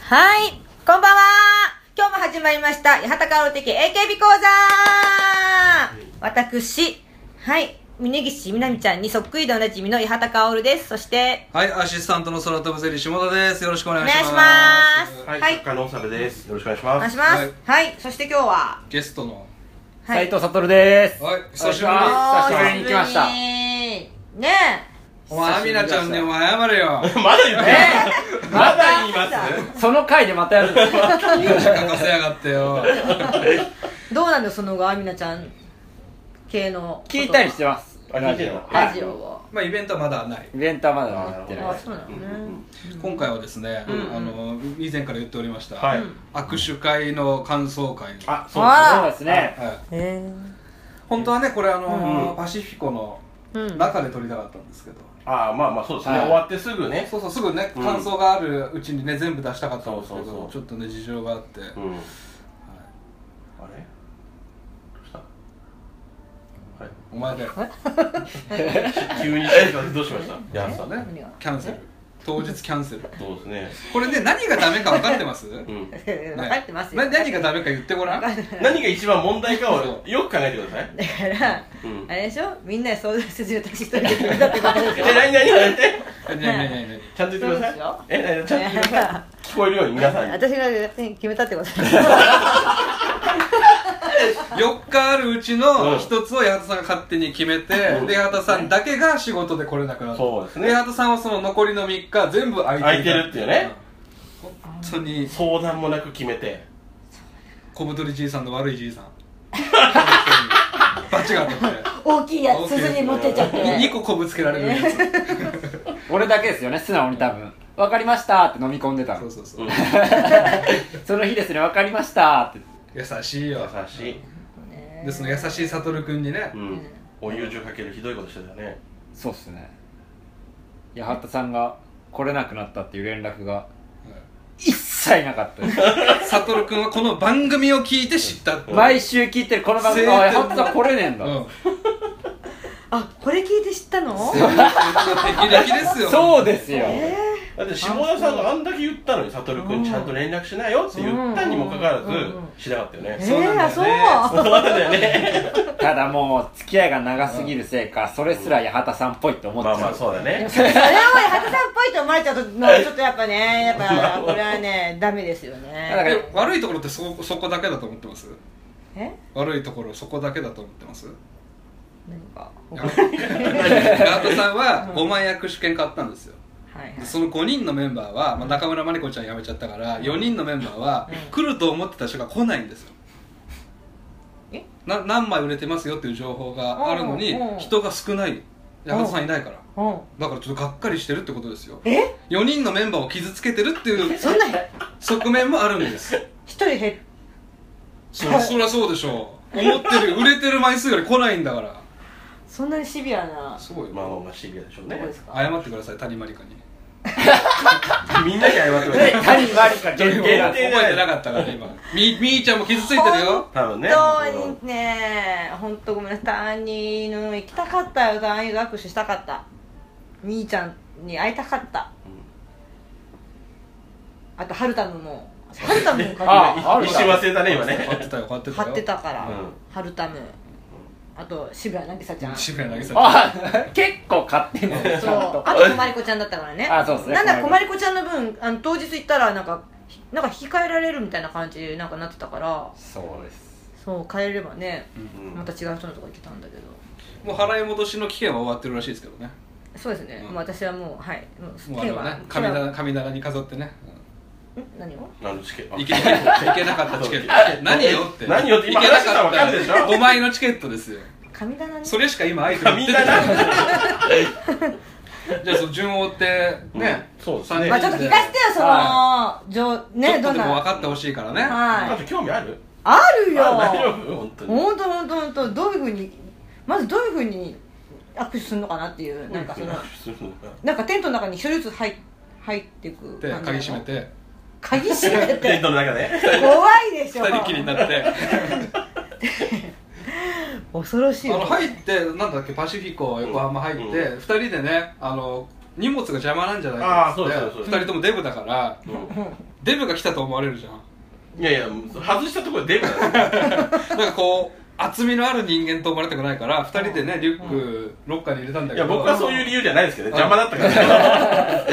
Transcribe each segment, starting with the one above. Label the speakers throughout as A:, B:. A: はい、こんばんは今日も始まりました、八幡薫的 AKB 講座私、はい、峯岸みなみちゃんにそっくりでおなじみの八幡薫です。そして、
B: はい、アシスタントの空飛ぶゼリー下田です。よろしくお
A: お
B: 願い
A: 願い
B: します。
A: します。
C: はい、
A: はい、
C: 作家の長部です。よろしくお願いし
A: お
C: ま
A: 願いし
C: す。
A: ます。は
B: はいい、
A: そして今日は、
B: ゲストの。
A: は
D: 斉藤悟です。
B: はい久しぶり
D: お願いします
B: お
D: 久しぶりに来ました。
A: ね
B: お前、アミナちゃんね、お前謝れ よ。
C: まだ言って
D: え
C: まだ言います
D: その回でまたやるの。
B: 書かせやがってよ。
A: え、どうなんだよその後、アミナちゃん系の。
D: 聞いたりしてます。
C: あ聞いてんの
A: ラ
D: は
A: ジオを。
B: まあ、イベントはまだない。
D: い。イベントはまだやってない
A: あ
D: で、す。
A: そうなのね。
B: 今回はですね、
A: うん
B: あの、以前から言っておりました。
C: はい
B: 握手会の感想会。は
C: あ、
A: あ
D: そうですね。
B: い。
A: えー
B: 本当はね、これ、あの、
C: うん
B: パシフィコの
A: うん
B: 中で撮りたかったんですけど。
C: あまあまあそうですね。
D: はい
C: 終わってすぐね。
B: そうそう、すぐね、
C: うん
B: 感想があるうちにね、全部出したかったんですけ
C: そうそうそ
B: ど、
C: う
B: ちょっとね、事情があって。
C: うん。あれ？どうした？は
B: お前だよ。
C: い。急に静かにどうしました？や
B: そ
C: さ
B: う
C: ね。
B: ね
A: 何が、
B: キャンセル。当日キャンセル。
C: そうですね。
B: これね、何がダメか分かってます
C: うん。
A: 分かってますよ、
B: ねな何がダメか言ってごらん
A: 分か
B: だ
A: ってない
C: 何が一番問題かをよく考えてください。
A: だから、
C: うん
A: あれでしょみんなで相談せずに私一人で決めたってことでし
C: え、
A: ょ
C: 何何何何？
B: 何何何何
C: ちゃんと言ってください
A: そう。
C: え、何ちゃんと言ってください。聞こえるように皆さんに。
A: 私が勝手に決めたってことでしょ
B: 4日あるうちの
C: うん
B: 1つを八幡さんが勝手に決めて、
C: うん
B: で八幡さんだけが仕事で来れなくなった
C: そうですね
B: 八幡さんはその残りの3日全部空いて
C: 空いてるっていうね
B: うん本当に
C: 相談もなく決めて。。
B: 小太りじいさんの悪いじいさんバチが当たって
A: 大きいやつ鈴に持ってっちゃって
B: 2個こぶつけられるやつ
D: 俺だけですよね、素直に多分。わかりましたって飲み込んでた
B: そ
D: の
B: う。そうそううん
D: その日ですね、わかりましたって。
B: 優しいよ
C: 優しい。
B: でその優しい悟君にね
C: うん。お優柔かけるひどいことしてたよね。
D: そうっすね。八幡さんが来れなくなったっていう連絡が一切なかったです。
B: 悟君はこの番組を聞いて知ったって
D: 毎週聞いてるこの番組、あ、
B: 晴天
D: 八幡さん来れねえんだ。
B: うん
A: あこれ聞いて知ったの
B: 敵々ですよ
D: そうですよ。
C: だって下田さんがあんだけ言ったのに悟君ちゃんと連絡しないよって言ったにもかかわらずしなかったよ
A: え
C: ね
B: そうなんだよね
A: ー、あそう
C: そうなんだよね
D: ただもう付き合いが長すぎるせいか、それすら八幡さんっぽいって思っち
C: まあま
D: ゃ
C: あ
D: う
C: そうだ ね
A: それを八幡さんっぽいと思われちゃうとちょっとやっぱ ねやっぱこれはねダメですよ
D: だか
A: ね
D: ら
B: え悪いところってそそこだけだと思ってます
A: え
B: 悪いところそこだけだと思ってます
A: 何か
B: 八幡さんは5万円握手券買ったんですよ
A: はいはい
B: でその5人のメンバーは、まあ、中村真理子ちゃん辞めちゃったから4人のメンバーは
A: うん
B: 来ると思ってた人が来ないんですよ
A: え
B: な何枚売れてますよっていう情報があるのに
A: うんうん
B: 人が少ない八幡さんいないから
A: うん
B: だからちょっとがっかりしてるってことですよ
A: え
B: 4人のメンバーを傷つけてるっていう
A: そんな
B: 側面もあるんです
A: 一人減っ
B: そそりゃそうでしょう思ってる売れてる枚数より来ないんだから
A: そんなにシビアな
B: そうよ
C: まあまあまあシビアでしょう
A: ど
C: ね
A: こですか
B: 謝ってください谷まりかに
C: みんなに謝ってくれ
D: で谷真理か限定
C: 定
D: な
C: だ
D: ん
B: 覚
D: で
B: えてなかったから今みみーちゃんも傷ついてるよ
C: 多分ね
A: 本当にね本当ごめんなさいターニーの行きたかったよターニーと握手したかった兄ちゃんに会いたかったあと春太のも春太のも買
D: あ
A: っ
D: ある
C: 一瞬忘れたね今
B: 買っ
C: ね
B: てたよ買って
A: て
B: たよ
A: 貼ってたから、
C: うん
A: 春太もあと渋谷渚ちゃんそう
B: 渋谷渚ちゃん
D: あ結構買ってんのちゃんと
A: あとこまりこちゃんだったからね
D: あそうですね
A: なんだこまりこちゃんの分あの当日行ったらなんかひなんか引き換えられるみたいな感じになんかなってたから
D: そうです
A: そう変えればね
C: うん
A: また違う人のとこ行けたんだけど
B: もう払い戻しの期限は終わってるらしいですけどね
A: そうですね、
B: う
A: も
B: ん
A: う私はもうはいもう
B: もうあれはね神
A: 手は
B: 棚神棚に飾ってね、
A: ん何を
C: 何のチケッ
B: う
C: ト
B: ん、いけないいけなかったチ ケット何よって
C: 何よって今
B: いけなか
C: 話したら分かるで しょ
B: 5枚のチケットですよ
A: 神棚に
B: それしか今アイテム売
C: み
B: っ
C: ん
B: て
C: な
B: ない
C: な
B: じゃあその順を追ってね、
C: うんそうです
B: 三人
C: ね
B: で
A: まあちょっと聞かせてよその、上ね
B: ちょ
A: ど
B: っ
A: ん
B: とで
A: な
B: も分かってほしいからね、
A: は
C: あ
A: い
C: と興味ある
A: ある
C: あ大丈
A: よ
C: 夫本当に
A: 本当本当本当どういうふうにまずどういうふうに握手するのかなっていうなん かそのなんかテントの中に一人ずつ入っ入っていく
B: で
A: 感じ
B: 鍵閉めて
A: 鍵閉め
C: テン
A: て
C: トの中で
A: 怖いでしょ
B: 二人きりに なって
A: 恐ろしい
B: あ
A: わ
B: の入ってなんだっけパシフィコ横浜入って、二
C: う
B: 人でねあの荷物が邪魔なんじゃない
C: あ
B: かっ
C: ー
B: つ
C: そうです
B: っ
C: そう
B: て
C: です
B: 二人ともデブだから
C: うん
B: デブが来たと思われるじゃん
C: いやいや外したところでデブだね
B: なんかこう厚みのある人間と思われたくないから2人でねリュックロッカーに入れたんだ
C: い
B: けど
C: や僕はそういう理由じゃないですけどね邪魔だったから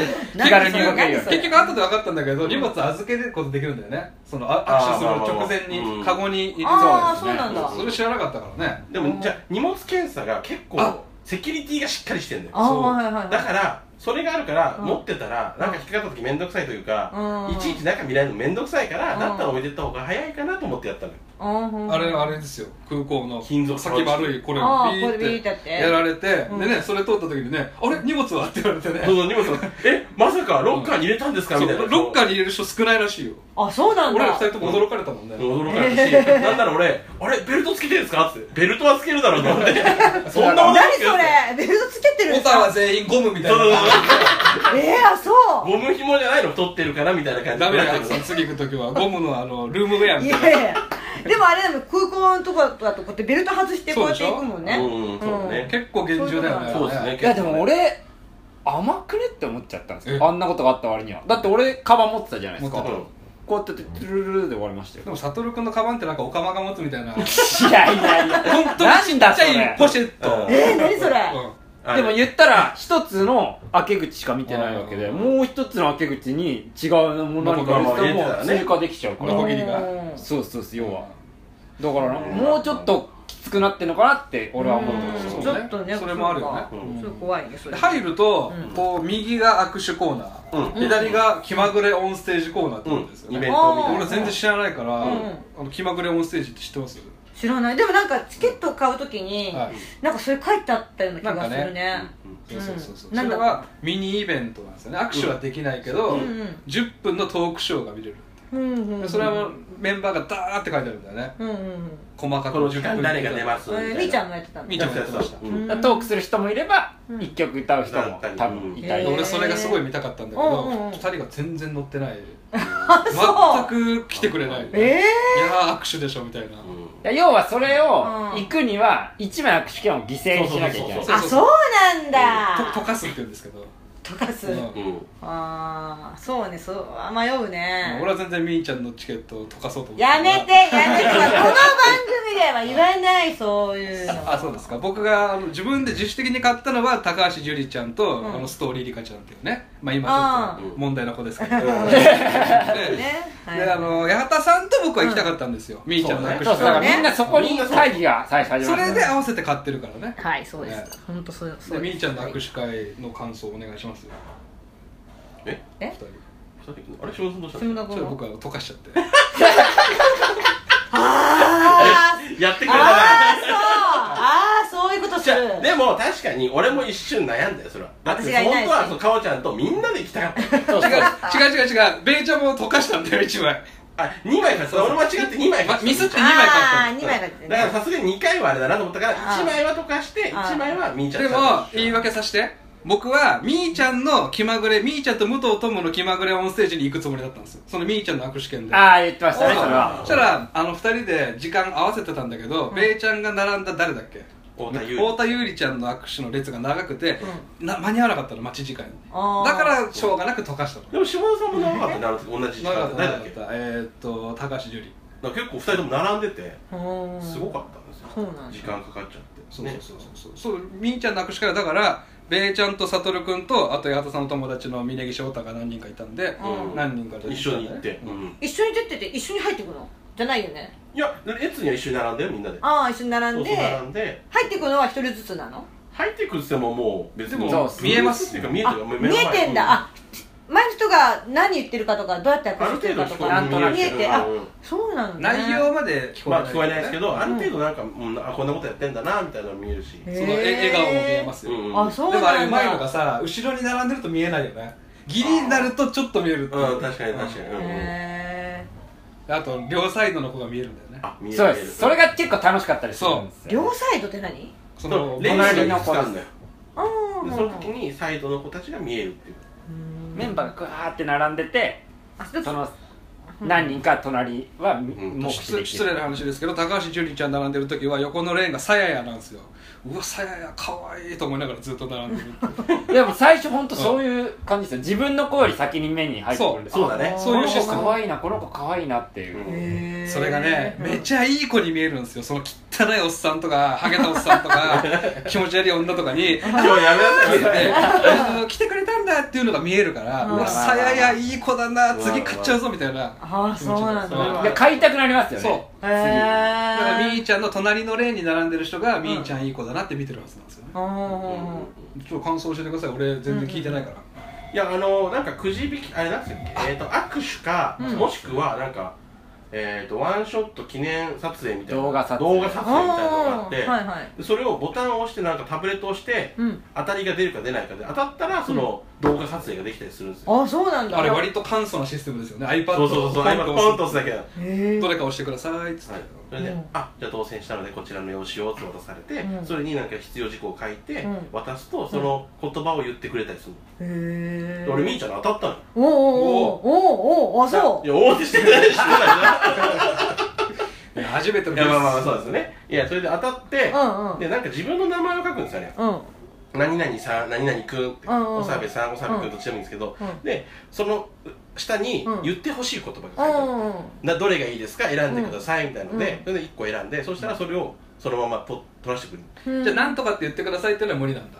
D: 気軽に動ける
A: な
D: よ
A: んでそれ
B: 結局後で分かったんだけど荷物預けることできるんだよねそのあ
C: あ
B: 握
C: ー
B: 手する直前
C: まあまあま
B: に
C: あ
B: カゴに入れて
A: ああ
B: そ
A: そうなんだ
B: うそれ知らなかったからね
C: でもじゃあ荷物検査が結
B: あ
C: 構セキュリティがしっかりしてるんだよ
A: ああ
B: そう
A: はいはいはい
C: だからそれがあるから
A: うん
C: 持ってたらなんか引っかかった時面倒くさいというか
A: うん
C: いちいち中見られるの面倒くさいから
A: うん
C: だったら置いてった方が早いかなと思ってやったのよ
A: あ
B: あれあれですよ空港の
C: 金属探
B: 先
C: 知機
B: 悪いこれを
A: あー
B: ビーっ
A: これビーって
B: て
A: やって
B: やられて
A: うん
B: でねそれ通った時にねあれ荷物はって言われてね
C: そうそう荷物をえまさかロッカーに入れたんですか
B: そ
C: みたいな
B: うロッカーに入れる人少ないらしいよ
A: あそうなん
B: 俺
A: だ
B: ら2人とも驚かれたもんね
C: 驚かれたし、なんなら俺、あれ、ベルトつけてるんですかって、ベルトはつけるだろうと思って、そんなもん
A: 何それベルトつけてるんで
B: ボ
A: す
B: タン
A: か
B: は全員ゴムみたい
C: そうそう
B: な
A: えー、あそう
C: そう、ゴム紐じゃないの、取ってるからみたいな感じ
B: ダメだよア
C: な
B: ク
C: ん
B: さ
C: か
B: ん次行く時はゴムのあのルームウェアみ
A: い
B: たい
A: やいやでもあれでも空港のとこだとこうやってベルト外してこうやっていくもんね
C: そうでしょうんそうね
B: な結構厳重だよね
C: そうですね、
D: いやでも俺甘くねって思っちゃったんです
B: え
D: よあんなことがあった割にはだって俺カバン持ってたじゃないです
B: 持
D: か
B: って
C: うん
D: こうやっててトゥルルルで終わりました
B: で
D: よ
B: も悟君のカバンってなんかおカマが持つみた いな本
D: いやいやいや
B: 当にち
D: なん
B: っ
D: だ
B: ち
D: それ
B: ゃいポシェット、
C: うん
A: えー、何それ、
C: あ
D: で
C: れ
D: も言ったら一つの開け口しか見てないわけで
B: うん
D: もう一つの開け口に違うもの何かも
C: まあまあ入れてたらね
D: 追加できちゃうから
B: ノコギリが
A: うん
D: そうそうそう要はだからもうちょっときつくなってんのかなって俺は思ってました
A: うん
B: そう
A: ちょっとね
B: それもあるよね
A: そうか
C: うん
A: それ怖いねそれ
B: 入ると、
A: うん
B: こう右が握手コーナー、
C: うん
B: 左が気まぐれオンステージコーナーってことですよ
C: イ
B: ね、
C: ベントみたい
B: 俺
C: な
B: ら全然知らないから、
A: うん
B: あの気まぐれオンステージって知ってます
A: 知らないでもなんかチケットを買うときに、
B: はい
A: なんかそれ書いてあったような気がす
B: なん
A: る
B: か
A: ね
B: そうそうそうそう、
A: うん
B: それ
A: なんだろ
B: はミニイベントなんですよね握手はできないけど、
A: うん
B: 10分のトークショーが見れる、
A: うんうんうん
B: それはメンバーがダーって書いてあるんだよね
A: うんうんうん
B: 細かく
C: この時間誰が出ます
A: え
C: みた
A: ー
C: いな
A: みーちゃんもやってたの
B: みーちゃんもやってました
C: う
A: うん
C: ん
D: だからトークする人もいれば
A: うん
D: 一曲歌う人も多分いた
A: へ
D: り
A: ー
B: 俺それがすごい見たかったんだけど、
A: うんうんうん
B: 2人が全然乗ってない
A: あそう
B: 全く来てくれない、い
A: え
B: やー握手でしょみたいな、
D: いや要はそれを
A: うん
D: 行くには一枚握手券を犠牲にしなきゃいけない
A: ー、あそうなん
B: と溶
A: だ
B: かすって言うんですけど、
A: とかす、
B: うん
C: うん
A: ああそうねそうあ迷うね
B: 俺は全然みーちゃんのチケットを溶かそうと思って
A: やめてやめてこの番組では言わないそういうの
B: あそうですか僕があの自分で自主的に買ったのは高橋樹里ちゃんと、
A: うん
B: あのストーリーリカちゃんっていうね、まあ、今ちょっと問題な子ですけど、で
A: ね、はい、
B: であの八幡さんと僕は行きたかったんですよ、みーちゃんの握手
D: そうそうだから
A: そうね
D: みんなそこに会議が最初始
B: そ
D: まる
B: れで合わせて買ってるからね
A: はいそうです本当そうそ
B: で
A: う
B: み
A: です
B: ーちゃんの握手会の感想をお願いしますよ
C: え
B: 二
A: え
B: 人ち
C: 二人あれ、下田さんどうした
A: 下
C: の
A: 田
B: ょっ
A: 君
B: と
A: は
B: 僕は溶かしちゃって
A: あー
C: やってくれたな
A: あーそうあーそういうことす
C: じ
A: る
C: ゃあでも確かに俺も一瞬悩んだよそれはだって
A: 私がいない
C: 本
A: し
C: 当はそうかおちゃんとみんなで行きたかった
D: そうそう
B: 違う違う違う違うベイちゃんも溶かしたんだよ一枚
C: あ二2枚買った俺間違って2枚買っ
B: ま
C: た
B: ミスって2枚買
A: あ
B: ったの
A: あー二枚だって
C: だから
A: ね
C: さすがに2回はあれだなと思ったから
A: あー
C: 1枚は溶かして
A: あー
C: 1枚はみーちゃん
B: で も言い訳させて僕はみーちゃんの気まぐれみーちゃんと武藤友の気まぐれオンステージに行くつもりだったんですよそのみーちゃんの握手券で
D: ああ言ってましたね
B: そ
D: そうれは
B: そしたらあの2人で時間合わせてたんだけど、ベイちゃんが並んだ誰だっけ
C: 太田優
B: 太田優里ちゃんの握手の列が長くて、な間に合わなかったの待ち時間に
A: あー
B: だからしょうがなく溶かしたの
C: でも下田さんも長かったな同じ時
B: 長か
C: 間
B: った長
C: 誰だ
B: か
C: っ
B: っ
C: け
B: たえーっと高橋樹里
C: なんか結構2人とも並んでて
A: うん
C: すごかったんですよ
A: そうなんだ
C: 時間かかっちゃって
B: そうそうそうそうそうみーちゃんの握手会はだからべーちゃんと悟君とあと八幡さんの友達の峯岸翔太が何人かいたんで、
A: うん
B: 何人かで
C: 一緒に行って
B: うん
C: うん
A: 一緒に出てて一緒に入ってくのじゃないよね
C: いや列には一緒に並んだよみんなで
A: ああ一緒に並
C: そ
A: ん
C: う
A: で
C: そう並んで
A: 入ってくのは一人ずつなの
C: 入ってくるっつってももう別に
B: でも
C: そう
D: そう
B: 見えます
C: っていうか見えて
A: あ
C: る
A: 見えてんだ、あ前の人が何言ってるかとかどうやって
C: あ
A: 握
C: る
A: 手して
C: 程
A: るかと
C: 度聞こ
A: か
D: なんとな
C: え
D: く
A: 見えてあ
C: うん
A: そうなんだ、ね、
B: 内容まで聞こえ
C: ま
B: ない,、
C: あ聞こえないですけど、ある
A: ん
C: 程度なんか、うん、あこんなことやってんだなみたいなの見えるし、
A: へ
B: そのえ笑顔も見えますよ、
C: うん
A: あそうな
B: で
A: ん
B: もあ
A: だ
B: れうまいのがさ後ろに並んでると見えないよねギリになるとちょっと見えるっていう
C: うん、確かに確かに、うん
A: へ
B: あと両サイドの子が見えるんだよね
C: あ見える
D: そうですそれが結構楽しかったりするんです
A: ー
D: よ
A: 両サイドって何
B: そ
C: そ
B: の
C: の
D: レ
C: レイ
D: イ隣
C: 隣
D: の
C: の
D: 子
C: 子
D: で
C: な
D: す
C: んだよ
A: ああ
C: でその時にサイドの子たちが見えるっていう
D: メンバーがグワーって並んでて
A: あ一つ
D: その何人か隣はもう
B: 失失礼な話ですけど高橋樹里ちゃん並んでる時は横のレーンがさややなんですようわさややかわいいと思いながらずっと並んでる
D: でも最初本当そういう感じですよ自分の子より先に目に入ってくるんです
C: そうだね
D: こ
B: そうい
D: の
B: うシ
D: 子
B: ステム
D: 可愛いなこの子可愛いなっていう、
C: うん
A: へー
B: それがね
A: うん
B: めちゃいい子に見えるんですよその汚いおっさんとかハゲたおっさんと か気持ち悪い女とかに
C: 今日やめなさい
B: であの来てくれたんだっていうのが見えるから、
A: うん
B: うわさややいい子だな
C: うん
B: 次買っちゃうぞみたいな
A: ああそうなんだ
B: そう
D: で買いたくなりますよね
B: そ
A: へ
B: だからみ
A: え
B: ーちゃんの隣のレーンに並んでる人がみーちゃんいい子だなって見てるはずなんですよねちょっと感想教えてください俺全然聞いてないから、
C: いやあのなんかくじ引きあれなんですっけえっ、と握手か、
A: うん
C: もしくはなんかえっ、とワンショット記念撮影みたいな
D: 動画撮影
C: 動画撮影みたいなのがあ
A: あ
C: っ
A: あ
C: て、
A: はいはい
C: でそれをボタンを押してなんかタブレットを押して
A: うん
C: 当たりが出るか出ないかで当たったらその動画撮影ができたりするんですよ、
A: ああそうなんだ
B: あれ割と簡素なシステムですよね iPad
C: そうそうそう
B: ポン
C: 今
B: と
C: ポンと
B: 押す
C: 押すだけだは
A: へえ
B: どれか押してくださいっつって、
C: いそれで、
A: うん
C: あじゃあ当選したのでこちらの用紙をって渡されて、
A: うん
C: それになんか必要事項を書いて
A: うん
C: 渡すとその言葉を言ってくれたりする
A: へ
C: の、
A: え
C: で俺みーちゃんの当たったのよ
A: おーおーおーおーおーあそう
C: いや応援してないしてない
B: いや初めての
C: いやまあまあそうですよねいやそれで当たって、
A: うんうん
C: でなんか自分の名前を書くんですよね
A: うん
C: 何々さん何々くんって
A: うんうん
C: おさべさんおさべくんどっちでもいいんですけど、
A: うん
C: でその下に
A: うん
C: 言ってほしい言葉が書いて
A: う
C: ある、
A: んうん
C: などれがいいですか選んでくださいみたいなので、それで1個選んでそしたらそれをそのままと取らせてくれる
A: うん
B: じゃあ何とかって言ってくださいっていうのは無理なんだ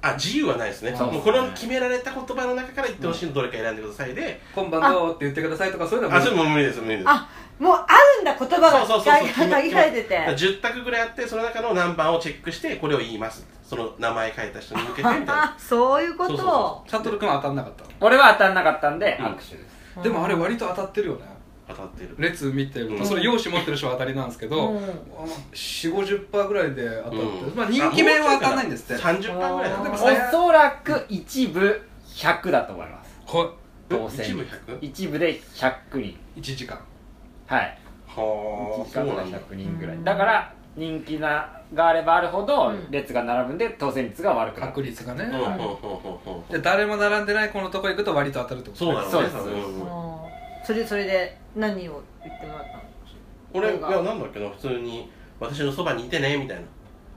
C: あ自由はないですね
D: そう
C: もうこの決められた言葉の中から言ってほしいのどれか選んでくださいで、
B: 今晩どうって言ってくださいとかそういうのは
C: あ
B: 無
C: それ
B: 理
C: もう無理です無理です
A: あもうあるんだ言葉が限限られてて
C: 10択ぐらいあってその中の何番をチェックしてこれを言いますその名前書いた人に向けてみたいな
A: あそういうこ
C: そうそうそ
A: と
B: チャントル君は当たんなかったの
D: 俺は当たんなかったんで
C: うん
D: 握手です、
B: でもあれ割と当たってるよね
C: 当たってる
B: 列見てると、
C: うん
B: それ用紙持ってる人は当たりなんですけど、
A: うん
B: 4 5 0ぐらいで当たって、
C: うん
B: まあ、人気面は当たんないんですって
C: 30%ぐらいだ
A: あ
C: っ
A: ー
C: た
B: でも
D: おそらく一部100だと思います
B: は
D: 当選
C: 一部 100?
D: 一部で100人
B: い1時間
D: はい
C: は
D: 1
C: あ
D: 時
C: そ
D: 間
C: う
D: か
C: な
D: ら
C: んだ
D: 100人ぐら
A: う
D: い
A: ん
D: だから人気ながあればあるほど
A: うん
D: 列が並ぶんで当選率が悪くな
B: 確
D: る
B: 率がね、
C: うんうんうんうんうん
B: で誰も並んでないこのとこ行くと割と当たるってこと
C: そうだろうね多
D: そうです
A: うん
C: 分
A: それそれで何を言ってもらったの
C: 俺い
A: 動画
C: やなんだっけな普通に私のそばにいてねみたいな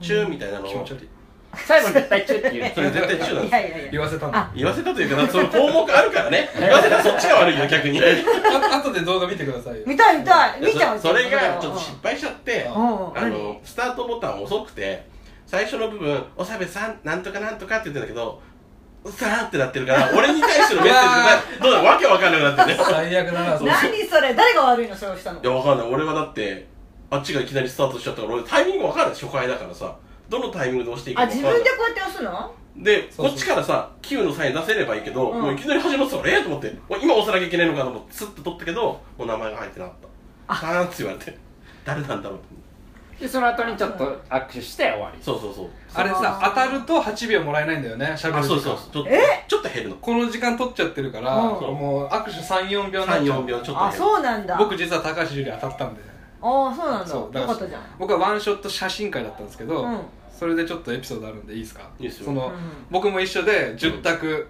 C: チューみたいなの
B: 気持
C: を
B: ち悪い
D: 最後に絶対チューって言う
C: それ絶対チューな
A: い
C: んです
A: やいやい
B: 言
A: や
B: わせたの
A: あ
B: あ
C: 言わせたというかなその項目あるからね言わせたらそっちが悪いよ逆に
B: 後で動画見てくださいよ
A: 見たい見たい見ちゃう
C: そそれがちょっと失敗しちゃって
A: うんうん
C: あのスタートボタン遅くて最初の部分「おさべさんなんとかなんとか」って言ってんだけど「さーん」ってなってるから俺に対してのメッセージがどうだろうわけわかんなくなってね
B: 最悪だなそれ
A: 何それ誰が悪いのそれをしたの
C: いやわかんない俺はだってあっちがいきなりスタートしちゃったから俺タイミングわかんない初回だからさどのタイミングで押していいか
A: あ
C: わか
A: 自
C: んない
A: 分でこうやって押すの
C: で
B: そうそう
C: こっちからさ Q のサイン出せればいいけど、
A: うん
C: もういきなり始まってたからえーと思ってお今押さなきゃいけないのかと思ってスッと取ったけどもう名前が入ってなかったさーんって言われて誰なんだろうって
D: でその後にちょっと握手して終わり
C: そうそうそう
B: あれさ当たると8秒もらえないんだよねしゃべ
C: あ
B: る
C: そう
B: 時
C: そう
B: 間
C: そうちょっと
A: え
C: ちょっと減るの
B: この時間取っちゃってるから、
A: うん
B: もう握手34秒になっちゃ
C: 34
B: う
C: 秒ちょっと減る
A: あそうなんだ
B: 僕実は高橋樹里当たったんで
A: ああそうなんだ
B: そ
A: よ
B: うだ
A: かっ
B: ら
A: たじゃん
B: 僕はワンショット写真会だったんですけど、
A: うん
B: それでちょっとエピソードあるんでいいですか
C: いいですよ
B: その、
A: うん
B: 僕も一緒で10択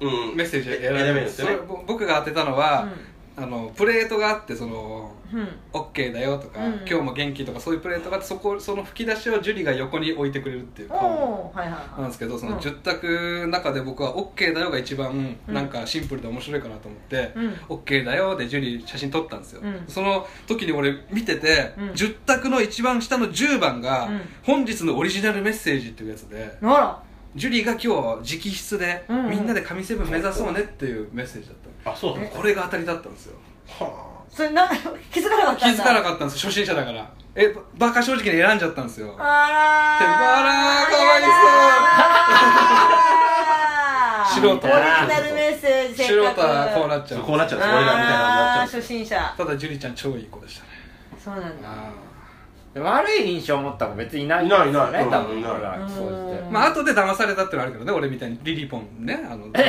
C: うん
B: メッセージ選べ
C: 選べ
B: るん
C: るん
B: で
C: ですす
B: よ、
C: よ
B: ね
C: ね、
B: 僕が当てたのは、あのプレートがあってその
A: うんうん
B: オッケーだよとか、
A: うん
B: 今日も元気とかそういうプレートがあってそこその吹き出しを樹里が横に置いてくれるっていう
A: お
B: こ
A: おーはいは
B: う
A: いは
B: なんで
A: い
B: すけどそうの
A: ん
B: 10択の中で僕はオッケーだよが一番
A: うん
B: なんかシンプルで面白いかなと思って、
A: うん
B: オッケーだよで樹里写真撮ったんですよ、
A: うん
B: その時に俺見てて、
A: うん
B: 10択の一番下の10番が、
A: うん
B: 本日のオリジナルメッセージっていうやつで
A: あら
B: 樹里が今日直筆で、
A: うんうん
B: みんなで神セブン目指そうねっていうメッセージだったの
C: あそうだ
A: え
B: これが当たりだったんですよ
C: は
A: それな 気づかなかっ
B: 気
A: たん
B: づ
A: だ
B: かな
A: っ
B: かったんです初心者だからえバカ正直に選んじゃったんですよ
A: たあらー
B: あらーかわいそう
A: あらー
B: 素人
A: オリジナルメッセージせっかく
B: 素人はこうなっち
C: あ
B: ゃう
C: こうなっちゃう俺らみたいなのに
A: あ
C: な
A: ー
C: っちゃ
A: 初
C: う
A: 心者
B: ただ樹里ちゃん超いい子でしたね
A: そうなんだ
D: で悪い印象を持った子別にいない
C: いないいない
D: ですよね多
C: うん
D: 分
C: いない
D: 俺らそうして
A: うん
B: まあ後で騙されたってのはあるけどね俺みたいにリリポンね あの後々
D: 悲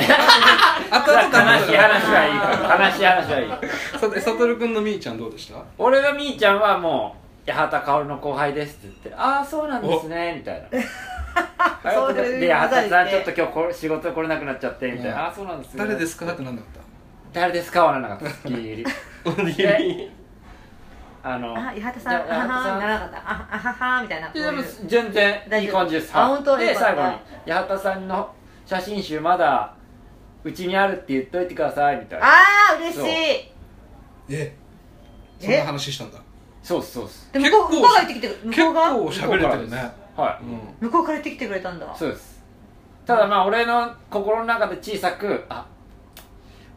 D: しい話
B: 騙さ
D: はいいから悲しい話はいい
B: れたさてさとるくんのみーちゃんどうでした
D: 俺がみーちゃんはもう「八幡薫の後輩です」って言って「ああそうなんですね」み たいな
A: そういう
D: で八幡さん
A: 話
D: ちょっと今日こ仕事来れなくなっちゃってみたいな
B: う
D: 「
B: ん
D: ああそうなんですね」
B: 誰ですかってなんなかっ
D: 誰ですかはならなかったすっきり
C: おにぎり
D: あの
A: あ八幡さんあ
D: じゃ
A: はは
D: 八
A: な
D: 幡さん
A: らなかったああははみたいなこう
D: で
A: い
D: でも
A: う
D: 全然いい感じです
A: 大丈夫あ本当
D: で
A: よかっ
D: 最
A: た
D: 後に八幡さんの写真集まだうちにあるって言っといてくださいみたいな
A: ああ嬉しい
B: えそんな
A: え
B: 話したんだ
D: そうっすそうっす
A: で向こう
B: 結
A: 向こ
B: 構
A: うが言ってきて向
B: 結
A: こうが
B: 構喋れてるね
D: は
B: うん
A: 向こうから言ってきてくれたんだ
D: いそうですただまあ俺の心の中で小さくあ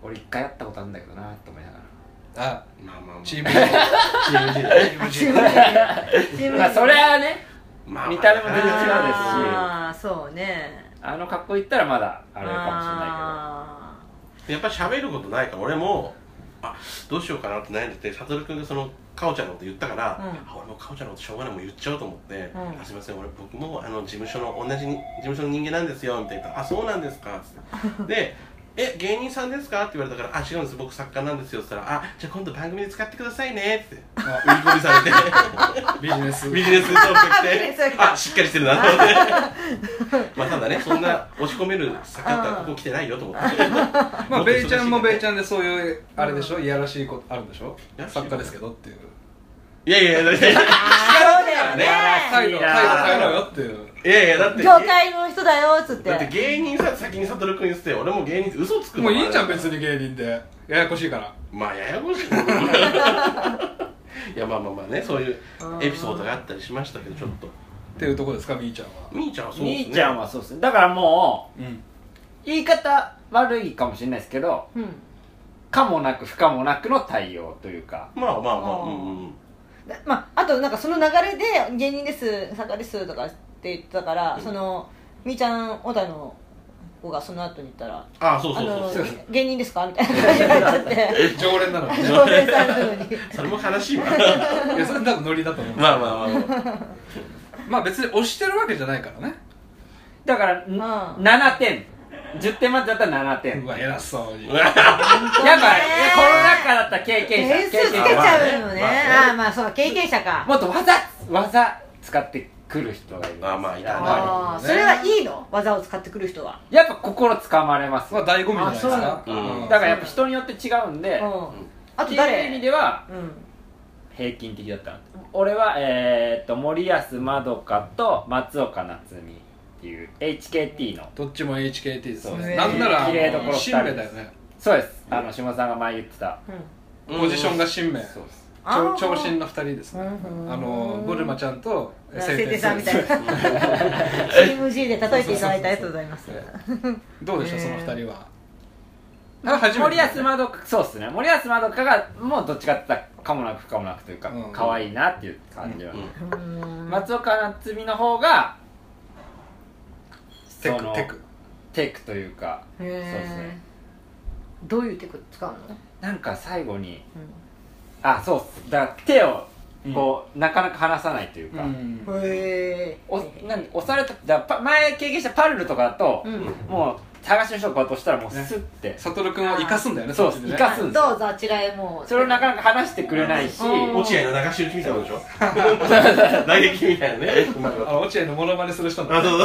D: 俺一回会ったことあるんだけどなと思いながら
B: あ
C: まあまあまあ
B: チームチーム G だチー
A: あ
B: ム
A: チー
B: G
A: ムジーチームジ
D: まあ
A: ー
D: それはね
C: まあまあ
D: 見た目も全然違うですし
A: ああそうね
D: あの格好いったらまだあ
A: あ
D: れかもしれない
A: あ
C: やっぱり喋ることないから俺もあどうしようかなって悩んでて悟君がそのかおちゃんのこと言ったから、
A: うん
C: あ俺もかおちゃんのことしょうがないもう言っちゃおうと思って、
A: ん
C: あすいません俺僕もあの事務所の同じに事務所の人間なんですよみたいな言ったらあそうなんですかつってでえ芸人さんですかって言われたからあ違うんです僕作家なんですよって言ったらあじゃあ今度番組で使ってくださいねって
B: あ
C: 売り込みさ れて
B: ビジネス
C: ビジネス登録
A: ビジ ネ
C: し
A: ス
C: て
A: 登録
C: あしっかりしてる なと思ってまあただねそんな押し込める作家だったらここ来てないよと思って
B: まあベイちゃんもベイち
C: ゃん
B: ゃんでそういうあれでしょいやらしいことあるんでしょ
C: いやらしいこと
B: 作家ですけどっていう
C: いやいやいやいやいや
A: あそうだよね
B: 態度
D: いいな
B: 態度変えろよっていう
C: いやいやだっ て
A: 業界の人だよっつって
C: だって芸人さ先に悟君言ってて俺も芸人って嘘つくの
B: もういいじゃん別
C: に
B: に芸人でややこしいから
C: まあややこしいいやまあまあまあねそういうエピソードがあったりしましたけどちょっと
B: っていうとこですかみーちゃんは
C: みーちゃんは
D: け
C: そうです
D: ど
C: ね
D: 兄ちゃんはそうっすねだからもう
B: うん
D: 言い方悪いかもしれないですけど
A: うん
D: かもなく不可もなくの対応というか
C: まあまあまあ
A: あー
C: うんうん
A: だまあ、あとなんかその流れで「芸人です作家です」とかって言ってたから、
C: うん
A: そのみーちゃん小田の子がその後に行ったら「
C: ああそう
A: あ
C: そう
A: の
C: そうそう
A: 芸人ですか?」みたいな感じになっちゃって
B: 常連なのにね
A: 常連さんなのに
C: それも悲 しいわ
B: いやそれ多分ノリだと思う
C: まあまあまあまあ
B: まあ別に押してるわけじゃないからね
D: だから、ん
A: うん
D: 7点10点満点だったら7点
B: うわ偉そうに
C: うわ
D: やっぱコロナ禍だったら経験者
A: 点数
D: 経
A: つけち
D: 験
C: まあ
A: ゃうのね、
C: まあね
A: ああーまあそう経験者か
D: もっと技技使ってくる人がいる
C: あまあいたな
A: ああ
B: ね
A: それはいいの技を使ってくる人は
D: やっぱ心つかまれます
B: まあ
D: よだ
B: 醍醐味じゃないです
A: あ
B: か
C: そうなんだ
D: からやっぱ人によって違うん
A: う
D: で
A: んあと
D: っていう意味
A: 誰
D: では
A: うん
D: 平均的だったな俺はえー、っと森保まどかと松岡夏美っていう HKT の
B: どっちも HKT です
D: そう
A: ですね
B: ねなんなら
A: 綺麗ど
D: ころ二
B: 新
D: 人
B: 名だよね
D: そうですあの下さんが前言ってた
A: うん
B: ポジションが新名
D: そうです
A: あー
B: 長身の二人ですね
A: うん
B: あのゴルマちゃんと
A: あ聖
B: 亭
A: 帝さんみたいなチ ーム G で叩いていただいてありがとうございます
B: どうでした
A: ね
B: その二人はあ初めて
D: 森保まどかそうですね森保まどかがもうどっちかって言ったらかもなく不可もなくというか
B: うん
D: 可愛、いなっていう感じは、
C: うん
A: うん
D: 松岡夏美の方が
B: テ
D: その
B: クテク
D: テクというか
A: へ
D: そうです
A: え
D: ね
A: どういうテク使うの
D: なんか最後にあそうっすだから手をこう、なかなか離さないというか、
B: うん
A: へえ
D: おなんで押されただからパ前経験したパルルとかだと、
A: うん
D: もう探しの人がこうやって押したらもうスッて、
B: 悟君を生かすんだよね
D: そう
B: っちでね
D: 生か
A: どうぞあちらへもう
D: それをなかなか離してくれないし、
A: うん
C: 落合の流し打ちみたいなのでしょ打撃みたいなね
B: あの落合のモノマネする人の
C: あそう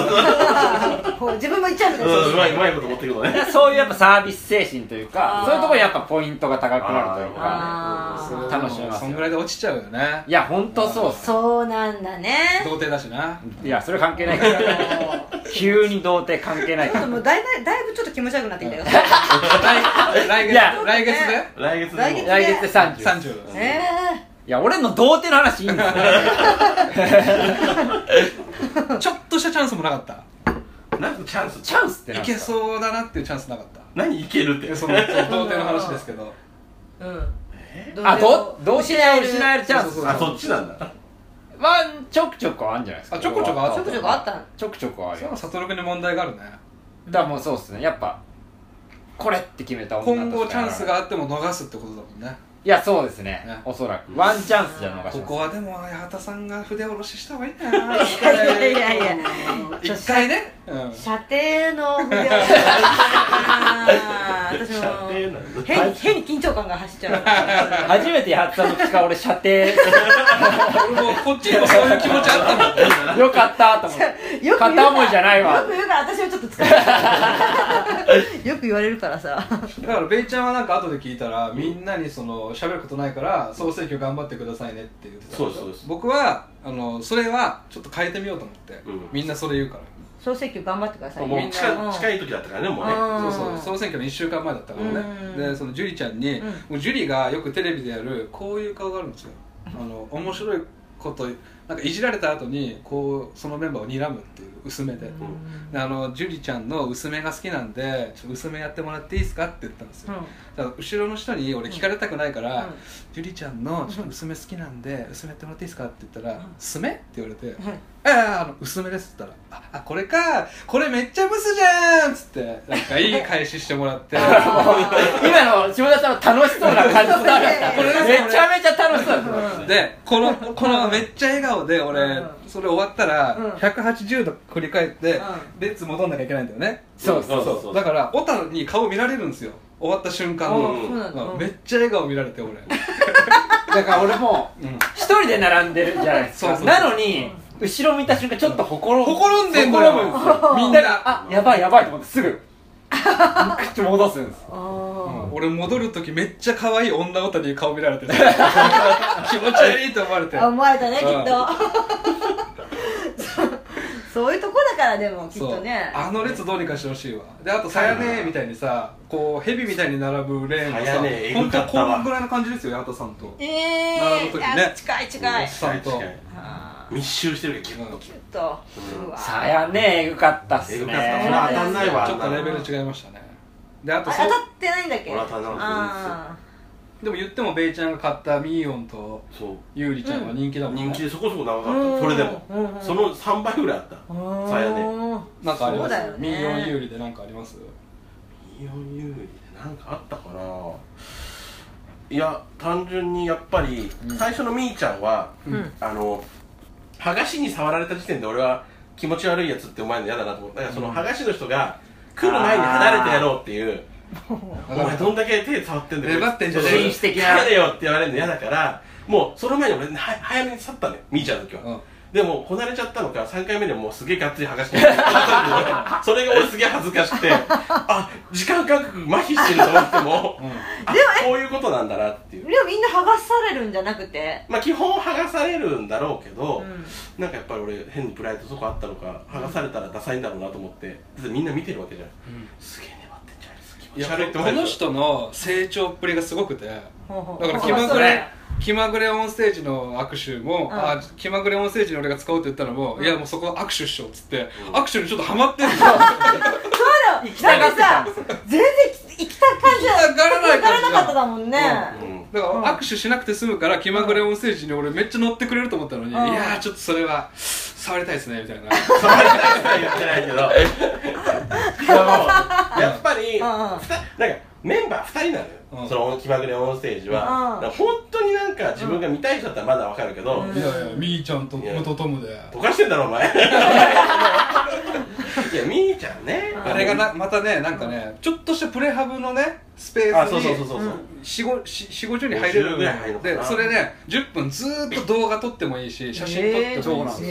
C: そ う
A: こう自分も言っちゃうんです
C: そうう
A: よ
C: まいうまいこと持ってくのね
D: そういうやっぱサービス精神という
A: あ
D: か
A: ー
D: そういうところやっぱポイントが高くなるというか
A: あー
D: 楽しめますよ
B: そんぐらいで落ちちゃうよね
D: いや本当そうっす
A: そうなんだね
B: 童貞だしない
D: やそれ関係ないから 急に童貞関係ない
A: ちょ
D: か
A: っともう
D: ら
A: だいだいだいぶちょっと気持ち悪くなってき たよ
B: 来来
D: いや
B: 月来月で
C: 来月
A: 来
C: で
A: 月
C: も
D: 来月で30
B: 30
A: ええ
D: いや俺の童貞の話いいんです よ
B: ちょっとしたチャンスもなかった
C: なんかチャンス
D: チャンスってないんす
B: け
D: か
B: そうだなっていうチャンスなかった
C: 何いけるって
B: えそのそう童貞の話ですけ ど
A: うん
D: あど童
A: し
D: 貞を失えるチャンス
B: そうそう
C: あそっちなんだ
D: まあちょくちょくはあるんじゃないですか
B: あちょくちょくあ
A: ちょくちょくあったの
D: ちょくちょくはある
B: そ
D: よ
B: の悟君に問題があるね
D: だからもうそうっすねやっぱこれって決めた女
B: 今
D: と
B: 後
D: し
B: チ
D: か
B: ャ
D: やら
B: ン
D: ない
B: スがあっても逃すってことだもんね
D: いやそうですね
B: ね
D: おそらくワンチャンスじゃ逃します
B: ここはでも八幡さんが筆下ろしした方がいいんだよな
A: いやいやいやいや
B: 一回ねうん
A: 射程の不良あー私
C: 射
A: も
C: 程なんだ
A: 変に変に緊張感が走っちゃう
D: 初めてやったの口から俺射程
B: 俺もこっちにもそういう気持ちあったもん
D: よかったと思って
A: よく言う
D: 片思いじゃないわ
A: よく言うから私はちょっと疲れたよく言われるからさ
B: だからベイちゃんはなんか後で聞いたらみんなにその喋ることないから総選挙頑張ってくださいねって言ってたでしょ
C: そうですそうです
B: 僕はあのそれはちょっと変えてみようと思って、
C: うん
B: みんなそれ言うから
A: 総選挙頑張ってください
C: もう近近
A: い
C: い時だったからねもうね
A: うん
B: そうそう総選挙の1週間前だったからね、
A: うん
B: でそのジュリちゃんに、
A: うん
B: もうジュリがよくテレビでやるこういう顔があるんですよあの面白いことなんかいじられた後にこうそのメンバーを睨むっていう薄めで、であのジュリちゃんの薄めが好きなんでちょっと薄めやってもらっていいですかって言ったんですよ、だから後ろの人に俺聞かれたくないから、ジュリちゃんのちょっと娘好きなんで薄めやってもらっていいですかって言ったら
A: うん
B: 「すめ?」って言われて「あああの薄めです」って言ったら「ああこれかこれめっちゃブスじゃん!」っつってなんかいい返ししてもらって
D: 今の下田さんの楽しそうな感じとなかった
A: これ
B: です
D: めちゃめちゃ楽しそうだった
B: でこのこのめっちゃ笑顔で俺、
A: うん
B: それ終わったら
A: うん
B: 180度振り返って、
A: うん
B: レッツ戻んなきゃいけないんだよね
D: そうそう
C: そうそう
B: だからオタに顔見られるんですよ終わった瞬間
A: あ
B: の、
A: あそうなんだ
B: うん
A: うん
B: めっちゃ笑顔見られて俺、
D: だから俺も
B: うん
D: 一人で並んでるじゃないです
B: そう
D: か
B: そう
D: なのに後ろ見た瞬間ちょっとほころ
B: ほころんでんのよ
D: ほころむんですよ
B: みん
D: だ
B: な
D: からあやばいやばいと思ってすぐ口戻すんです
A: あ
B: 俺戻る時めっちゃ可愛い女オタに顔見ら れてた気持ち悪いと思われて
A: あ思われたねきっ
B: うん
A: とそうそういうとこだからでもきっ
B: そ
A: と
B: う
A: ね
B: あの列どうにかしてほしいわであとさやねみたいにさこう蛇みたいに並ぶレーンが
C: さ
B: さ
C: やねえ
B: ほ
C: ぐ
B: んと
C: かった
B: こ
C: わ
B: んぐらいの感じですよ八幡さんと
A: ええ
B: 並ぶ時ね
A: あ近い近い
B: さんと
C: 近い
A: あ
C: 密集してるけどギュッと
A: ーちょっとうわ
D: さやねえぐかったっすね
C: えぐかったほら当たんないわ
B: ちょっとレベル
C: う
B: 違いましたねであ
A: あ
B: と
A: 当
B: そ
A: た
B: う
A: ってないんだっけ
C: 俺当たんなかった
A: あ
B: でも言ってもベイちゃんが買ったミーヨンと
C: そう
B: ユーリちゃんは人気だもんね、
C: 人気でそこそこ長
A: ー
C: かったそれでも
A: うんうん
C: その3倍ぐらいあった
A: うん
C: さやね
B: なんかあり
A: そ
B: ます
A: うだよね
B: ミーヨンユーリでなんかあります
C: イオン有利で何かあったかないや単純にやっぱり
B: うん
C: 最初のみーちゃんは
A: うん
C: あの剥がしに触られた時点で俺は気持ち悪いやつって思われるの嫌だなと思ってだからその剥がしの人が来る前に離れてやろうっていうお前どんだけ手触ってんだ
B: 粘ってんじゃねえ
C: こいつ
B: 紳
D: 士的な
C: そうそう帰れよって言われるの嫌だからもうその前に俺は早めに去ったのよみーちゃんの時は、
B: うん
C: でもこなれちゃったのか3回目でもうすげえがっつり剥がして それが俺すげえ恥ずかしくてあ時間感覚麻痺してると思っても、
B: うん
C: あこういうことなんだなってい
A: で
C: う
A: もみんな剥がされるんじゃなくて
C: まあ基本剥がされるんだろうけど、
A: うん
C: なんかやっぱり俺変にプライドとかあったのか剥がされたらダサいんだろうなと思ってだってみんな見てるわけじゃん、すげえ粘ってんじゃないですか気
B: い
C: 持
B: や
C: ち悪いって
B: こ
C: 思われ
B: の
C: る
B: 人の成長っぷりがすごくてだ
A: ほうほう
B: から気まぐれ気まぐれオンステージの握手も、あ気まぐれオンステージに俺が使おうって言ったのも、いやもうそこ握手しようっつって、
C: うん
B: 握手にちょっとハマ ってんのだ
A: そう
D: き
A: だ
D: たが
A: よ
D: って
A: な
D: た
A: ん
D: ん
A: か
D: で
A: さ全然行きた感じ
B: 行きたがらない感じだ
A: 行きたがらなかっただもんね
C: うん
B: から握手しなくて済むから気まぐれオンステージに俺めっちゃ乗ってくれると思ったのに、
A: うん
B: いやーちょっとそれは触りたいですねみたいな
C: 触りたいとは言ってないけどでもやっぱり、
A: うんうん
C: ふたなんかメンバー2人なのよ、
B: うん
C: その気まぐれオンステージは、
A: うん
C: なんか本当になんか自分が見たい人だったらまだわかるけど、
A: うん
B: いやいやみーちゃんと元トムで
C: ぼかしてんだろお前いやみーちゃんね
A: うん
B: あれがなまたねなんかねちょっとしたプレハブのねスペー
C: あ
B: ス
C: そう
B: に
C: そうそうそうそう、
B: 4 5 4 5 0に入れる
C: 50ぐらい入るのかな
B: でそれね10分ずーっと動画撮ってもいいし写真撮ってもいいし、
A: え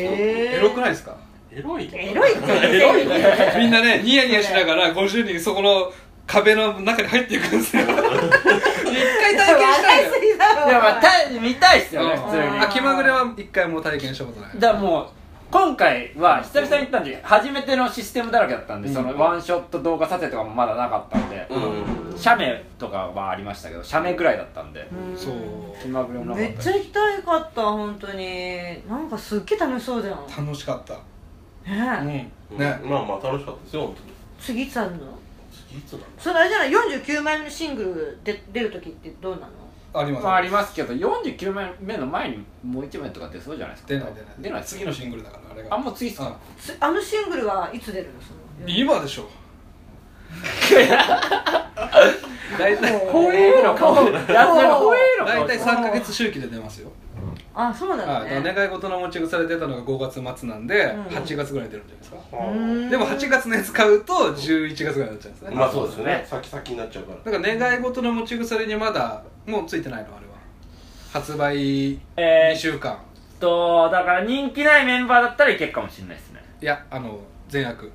A: ー
B: エロくないですか
C: エロい
A: エロいって
C: エロいね
B: みんなねニヤニヤしながら50人そこの壁の中に入っていくんですよ一回体験した
A: 笑
B: いの
A: い
B: よ
A: すぎだろ
D: いやまあた見たいっすよね普通
A: うん
D: に
B: あ気まぐれは一回も体験したことない
D: だからもう今回は久々に行ったんで初めてのシステムだらけだったんで、
B: うん
D: そのワンショット動画撮影とかもまだなかったんで、
C: うん
D: 写メとかはありましたけど写メぐらいだったんで、
A: うん
B: そう
D: 気まぐれもな
A: め
D: かっ
A: ったちゃ行きたいかった本当になんかすっげえ楽しそうじゃん
B: 楽しかったうん
A: ねえ
B: ね
C: うんまあまあ楽しかったですよ本当に
A: 次いつあるの
C: 次いつなの
A: それあれじゃない49枚目のシングルで出る時ってどうなの
B: あります
D: まあありますけど49枚目の前にもう1枚とか出そうじゃないですか
B: 出ない出ない
D: 出ないです
B: 次のシングルだからあれが
D: あもう次っすか
A: つあのシングルはいつ出るのその
B: うん今でしょ大体
D: ほえーの顔やつのほえーの
B: 大
D: 顔
B: 体3か月周期で出ますよ
A: あそうなんだ
B: はい、だから
A: ね
B: 願い事の持ち腐れ出たのが5月末なんで、
A: うん
B: 8月ぐらいに出るんじゃないですか、
A: うーん
B: でも8月のやつ買うと11月ぐらいになっちゃうんですね、
C: まあそうですよ
D: そう
C: ね
D: です
C: 先々になっちゃうから
B: だから願い事の持ち腐れにまだもうついてないのあれは発売2
D: えー、っ
B: 週間、
D: とだから人気ないメンバーだったらいけるかもしれないですね
B: いやあの全悪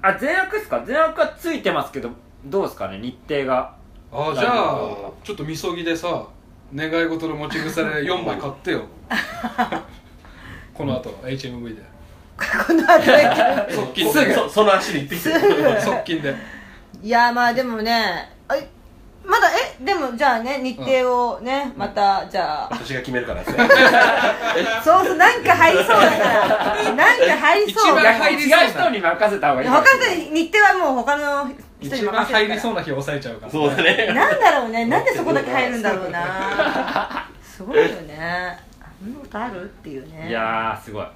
D: あ全額っすか全額はついてますけどどうですかね日程が
B: ああじゃあちょっとみそぎでさ願い事の持ち腐れ4枚買ってよこの後 HMV で
A: この後だけど
B: 速金です
C: そその足で行ってきてる
B: 速金で
A: いやまあでもねあいまだえでもじゃあね日程をね、またじゃあ
C: 私が決めるか らですね
A: そうそうなんか入りそうだからなんか入りそう
B: 一番入り
D: 違う人に任せた方がいい
A: 他の日程はもう他の人に
B: 一番
A: 任せる
B: 入りそうな日抑えちゃうから
C: そうだね
A: なんだろうねなんでそこだけ入るんだろう なすごいよねあんなことあるっていうね
D: いやーすごい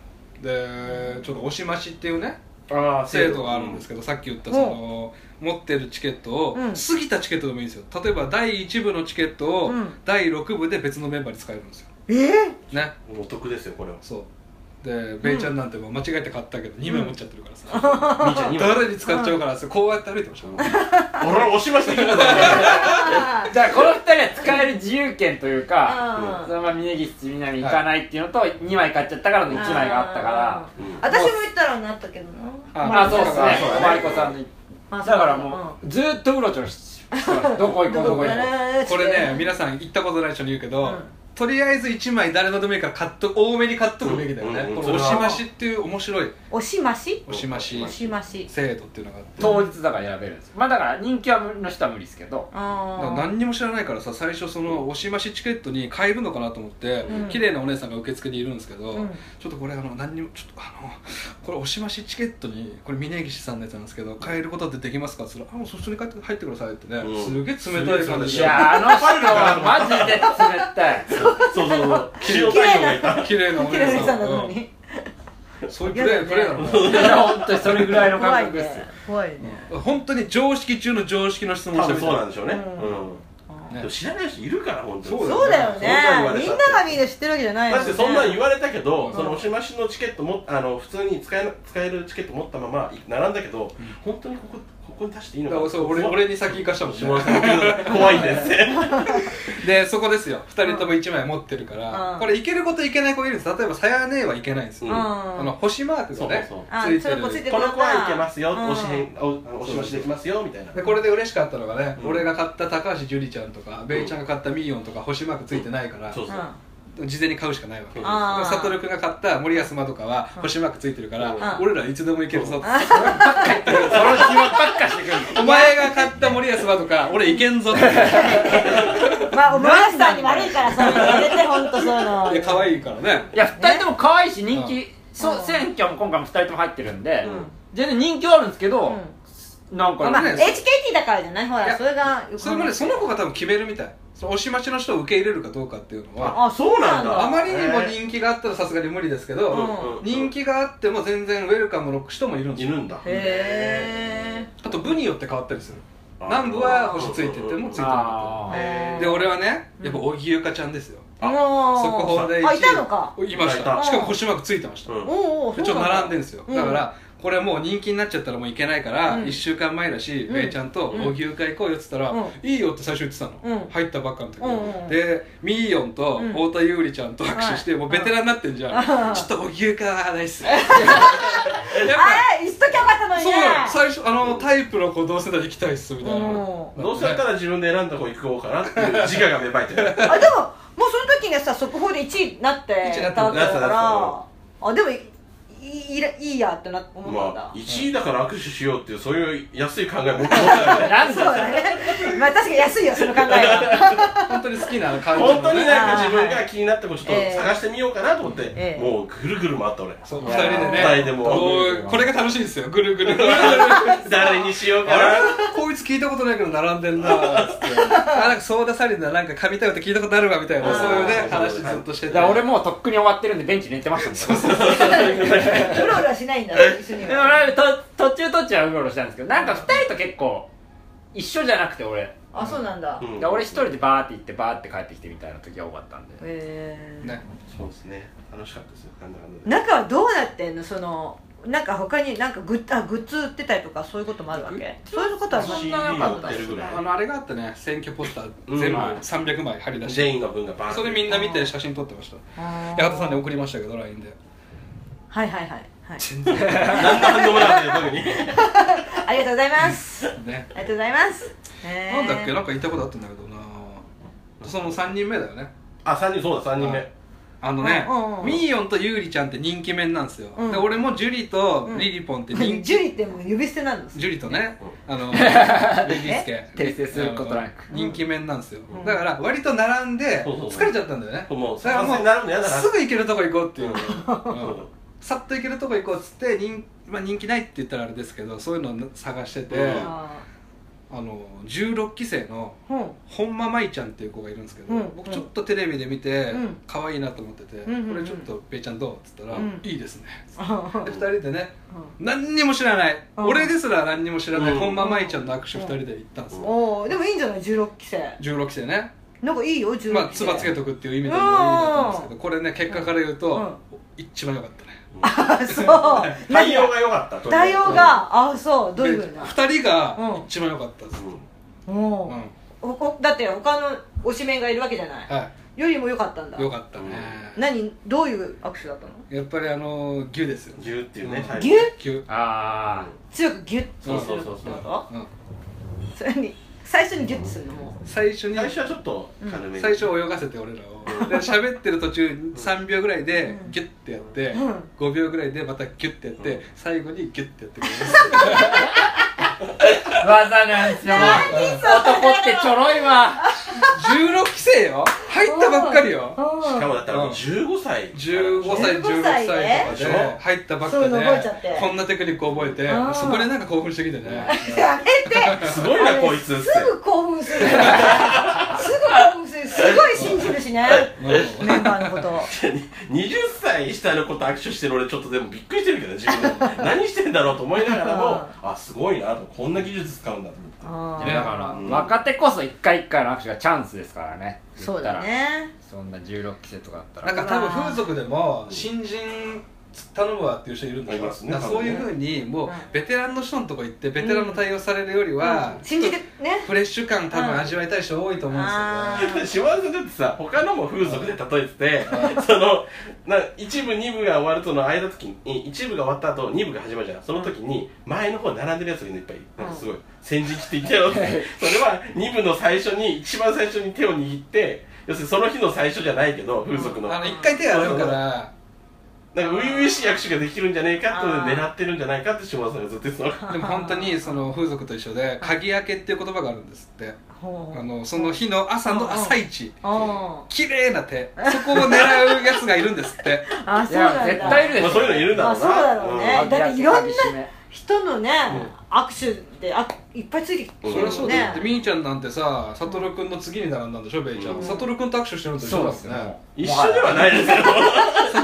B: でちょっと押し増しっていうね
D: ああ
B: 制度があるんですけど、さっき言ったその、持ってるチケットを、
A: うん
B: 過ぎたチケットでもいいんですよ例えば第1部のチケットを、
A: うん
B: 第6部で別のメンバーに使えるんですよ
A: えー、
B: ね
C: お得ですよこれは
B: そうでベイちゃんなんてもう間違えて買ったけど2枚持っちゃってるからさ、
C: みーちゃん今
B: 誰に使っちゃうからさこうやって歩いてましたもん
C: 俺押しました今だ
A: あ
D: じゃあこの二人は使える自由権というか
A: ー
D: そのまま峯岸みなみ行かないっていうのと2枚買っちゃったからの1枚があったから
A: うん私も言ったらなったけど
B: あ
A: な
D: あそうっすね
B: そうだね
D: マリコさんに
A: ま
D: だ
A: あ
D: からもうずーっとうろちょろしてますどこ行こうど こ行こう
B: これね皆さん行ったことない人に言うけど、
A: うん
B: とりあえず1枚誰のでもいいから買っと多めに買っとくべきだよね、
C: うんうんうん
B: この押し増しっていう面白い
A: おしまし
B: 押し増し
A: おしまし
B: 制度っていうのがあって
D: 当日だから選べるんですよまあだから人気はの人は無理ですけど
B: だから
A: ああ
B: 何にも知らないからさ最初その押し増しチケットに買えるのかなと思って、
A: うん
B: 綺麗なお姉さんが受付にいるんですけど、
A: うん
B: ちょっとこれあの何にもちょっとあのこれ押し増しチケットにこれ峯岸さんのやつなんですけど買えることってできますかって言ったら「あもうそっちに帰って入ってください」ってね、
C: うん
B: すげえ冷たい感
C: い
B: じ
D: い
B: で
D: やあの人はマジで冷たい
C: そうそうそう塩
A: 綺麗
C: 対応がいた
A: な
B: 綺麗なお
A: 綺
B: 姉
A: 麗
B: さ
A: なんさんなのに
B: うんそういうプレープレーなのか
D: いや本当にそれぐらいの
A: 怖
D: 感
A: い
D: 覚です
A: ね
D: よ
A: 怖いね
B: な本当に常識中の常識の質問
C: 多
B: して
C: 分
B: み
C: そうな
B: た
C: んでしょうね
A: うん
C: うんでも知らない人いるから本当に
B: そう
A: そうだよね
C: そんなん言われたって
A: みんながみんな知ってるわけじゃない
C: だってそんなん言
A: わ
C: われたけど、
B: うん
C: そのおしましのチケットもあの普通に使えな使えるチケット持ったまま並んだけど、本当にここここに出していいの
B: だ
C: か
B: からそう俺
C: 怖
B: 俺に先行かしたもん
C: 下村
B: ね
C: さんごめんなさい怖いですね
B: でそこですよ2人とも1枚持ってるから、
A: うん
B: これいけることいけない子いるんです例えば「さやねえ」はいけないんですよ、
C: うん
B: あの星マークがね
C: そうそう
A: あ
B: つい
A: そ
B: て
A: れもつい
B: る
A: て
C: この子はいけますよ、
A: うん
C: おしへんおあのおしましできますよみたいな
B: でこれで嬉しかったのがね、
C: うん
B: 俺が買った高橋樹里ちゃんとか、ベイちゃんが買ったミーヨンとか星マークついてないから、
C: そうそう、
B: 事前に買うしかないわけ
C: う
B: で
C: ん
A: あー
B: 悟君が買った森保まとかは
A: うん
B: 星マークついてるから、
A: うん
B: 俺らいつでもいけるぞって、
D: その暇ばっかしてくる
B: お前が買った森保まとか俺いけんぞって
A: まあお前さんに悪いからそういうのやめて本当そういうの
B: いや可愛いからね
D: いや2人とも可愛いし人気、
B: う
D: そう
A: うん
D: 選挙も今回も2人とも入ってるんで、
A: うん
D: 全然人気はあるんですけど、なん
A: ま
D: か
A: あ
D: ね、
A: HKT だからじゃないほ
B: い
A: ら
B: や
A: それが
B: それもねその子が多分決めるみたいその押し待ちの人を受け入れるかどうかっていうのは
A: あそうなんだ
B: あまりにも人気があったらさすがに無理ですけ
A: う
B: ど、
A: ん
B: 人気があっても全然ウェルカムの人もいるんです
C: い
B: よ
C: るんだ
A: へ
B: あと部によって変わったりする
C: あー
B: 南部は星ついててもついてな
D: あ
A: ー
D: ー
B: くてで俺はねやっぱ荻ゆかちゃんですよ
A: えもう
B: 速報で一位
A: あいたのか
B: いまし
C: い
B: た
C: た
B: しかも星マークついてました、
C: うん
A: おおお
B: でちょっと並んでるんですよ、
A: うん
B: だからこれもう人気になっちゃったらもういけないから、
A: うん
B: 1週間前だし、
A: うん
B: めいちゃんと「荻ゆか行こうよ」っつったら「
A: うん
B: いいよ」って最初言ってたの、
A: うん
B: 入ったばっかの時、
A: うんうん
B: でみーよんと
A: うん
B: 太田優里ちゃんと握手して、
A: はい
B: もうベテランになってんじゃん、
A: うん
B: ちょっと荻ゆかはない っすねやっぱ
A: あれ言っときゃよかったのに
B: そう
A: ね
B: なの最初あのタイプの子同世代行きたいっすみたいな、
A: う
C: どうせだったら自分で選んだ方行こうかなっていう自我が芽生えて る
A: あでももうその時にさ速報で1位になって
B: 一位になって
A: たわけだか
C: なったな
A: らあでもいいいらいいやってな思ったんだ、
C: まあ1位だから握手しようっていうそういう安い考えも持ってない
D: なん
A: そうだね まあ確かに安いよその考え は
B: 本当に好きな感じのね
C: 本当になんか自分が気になったことちょっと探してみようかなと思って、
A: ええ
C: もうぐるぐる回った俺
B: そう2人でね
C: 二人でも
B: うこれが楽しいんですよぐるぐるぐる
C: 誰にしようか
B: あ
C: な
B: れこいつ聞いたことないけど並んでんなっつってあなんかソーダサリンだなんか紙たいって聞いたことあるわみたいな
A: あー
B: そういうね話ずっとして
D: だ
B: て
D: から俺もうとっくに終わってるんでベンチ寝てましたもん
A: うろうろしないんだね一緒に
D: でも
A: は
D: なんかと途中途中はうろうろしたんですけどなんか2人と結構一緒じゃなくて俺、
A: あそうなんだ、
C: う
A: へ
C: ん
D: だから俺一人でバーって行ってバーって帰ってきてみたいな時が多かったんで
A: え
B: ね
C: そうですね楽しかったですよなんだかんだで
A: 中はどうなってんのそのなんか他になんかグッあグッズ売ってたりとかそういうこともあるわ
B: グ
A: けそういうことは
C: そん
A: 全
C: な
A: く
C: な
A: な
C: か
A: か
C: っ
A: ったた
C: 知ってるぐらい
B: あのあれがあってね選挙ポスター
C: うん
B: 全部300枚貼り出し
C: ジェ
B: て
C: インの分がバーン
B: それみんな見て写真撮ってました八幡さんに送りましたけど LINE で
A: はいはいはいはい
B: 全然
C: 何の反応もなくて特に
A: ありがとうございますあ
B: ね
A: りがとうございます
B: なんだっけ
A: な
B: なんか言ったことあったんだけどなその3人目だよね
C: あ三人そうだ3人目
B: あのね、
A: うんうんうん
B: ミーヨンとユーリちゃんって人気面なんですよ、
A: うん
B: で俺もジュリとリリポンって人気、
A: ジュリってもう呼び捨てなんです
B: ジュリとね、あの、レディースケ
D: 訂正することなく
B: あの人気面なんですよ
A: う。ん
B: だから、割と並んで、
C: そうそう
B: 疲れちゃったんだよね。
C: もう
B: だから
C: 賛成になるの嫌だな
B: すぐ行けるとこ行こうっていう。
C: うん
B: うんさっと行けるとこ行こうっつって、人、まあ人気ないって言ったらあれですけど、そういうのを探してて、
C: うん
B: あ
A: あ
B: の、16期生の、
A: ーうん
B: 本間舞ちゃんっていう子がいるんですけど、
A: うん
B: 僕ちょっとテレビで見て、
A: うん
B: 可愛いなと思ってて、
A: うんうんうん
B: これちょっと「べイちゃんどう?」っつったら「
A: うん
B: いいですね」
A: あ
B: で
A: ー
B: 2人でね
A: うん
B: 何にも知らない、
A: うん
B: 俺ですら何にも知らない、
C: うん
B: 本間舞ちゃんの握手2人で行ったんですよ、
A: おおでもいいんじゃない16期生
B: 16期生ね
A: なんかいいよ16期生
B: まあつばつけとくっていう意味でもいいんだったんですけどこれね結果から言うと、一番良かったね
A: あそう
C: 対応が良かったと
A: 対応があそうどういうふうな
B: 2人が一番良かったです、
C: うん
A: おお
B: うん
A: ーほこだって他の推しメンがいるわけじゃない
B: は
A: よりも良かったんだ
B: い良かったね、
A: 何どういう握手だったの
B: やっぱりあの牛ですよ
C: 牛っていうね
B: うん
C: 最後
A: 牛
B: 牛、うん
D: ああ
A: 強くギュッてする
C: そうそうそうそう
A: ってことそれに最初にギュッてするのも
B: 最初に
C: 最初はちょっと軽めに
B: 最初泳がせて俺らをで喋ってる途中3秒ぐらいで
A: うん
B: ギュッてやって、
A: うん
B: 5秒ぐらいでまたギュッてやって、
C: うん
B: 最後にギュッてやってくれ
D: 技なんですよ男ってちょろいわ
B: ます16期生よ入ったばっかりよ
C: しか
A: う
C: もだったらもう15歳
B: 15歳16
A: 15
B: 歳
A: 歳
B: とか
C: で
B: で入ったばっか
A: そういうの覚えちゃっ
B: で
A: て
B: こんなテクニック覚えて
A: あー
B: そこでなんか興奮してきてね
A: んやめて
C: すごいなこいつって
A: すぐ興奮するすぐ興奮するすごい信じるしね
B: うん
A: メンバーのこと
C: 20歳下の子と握手してる俺ちょっとでもびっくりしてるけど自 分何してんだろうと思いながらもあすごいなとこんな技術使うんだと思っ
A: あ
C: て
D: だ
B: ね
A: ー
D: から、
C: うん
D: 若手こそ一回一回の握手がチャンスですからね
A: そうだ
D: 言っ
A: ね
D: たらそんな16期生とかだった
B: な
D: ら
B: んか多分風俗でも新人頼むわっていう人いるんだよ
C: いますね
B: だからそういうふうにもう
A: うん
B: ベテランの人のとこ行ってベテランの対応されるよりは、
A: うん信じてね
B: フレッシュ感多分味わいたい人多いと思うんです
A: あ
B: よね
A: ー
C: 島田さんだってさ他のも風俗で例えててそのな一部二部が終わるとの間の時に一部が終わった後二部が始まるじゃんその時に前の方に並んでるやつがいるのいっぱいなんかすごい先陣切っていったよってそれは二部の最初に一番最初に手を握って要するにその日の最初じゃないけど風俗の
B: あの一回手洗うから
C: なんか初々しい握手ができるんじゃねえかってことで狙ってるんじゃないかって島田さんがずっと言ってたの
B: でも本当にその風俗と一緒で鍵開けっていう言葉があるんですって
A: ほう
B: あのその日の朝の朝一
A: あ
B: 綺麗な手そこを狙うやつがいるんですって
A: ーあー
D: い
A: そう
D: や
A: なん
D: 絶
A: だ
D: 対いるでし
C: ま
D: ょ
C: あそういうのいるんだろうな
A: あそうだろうね
C: ん
A: だっていろんな
D: 鍵締め
A: 人のね握手であいっぱいついてきて
C: うん
B: そ
A: る
B: り
A: よ
B: ゃそうだよだって
A: ね
B: みーちゃんなんてさ悟君の次に並んだんでしょベイちゃ
C: うんん
B: 悟君と握手してるのと一緒
D: そう
B: だ
D: です
B: す
D: ね
B: ね
C: 一緒ではないですけど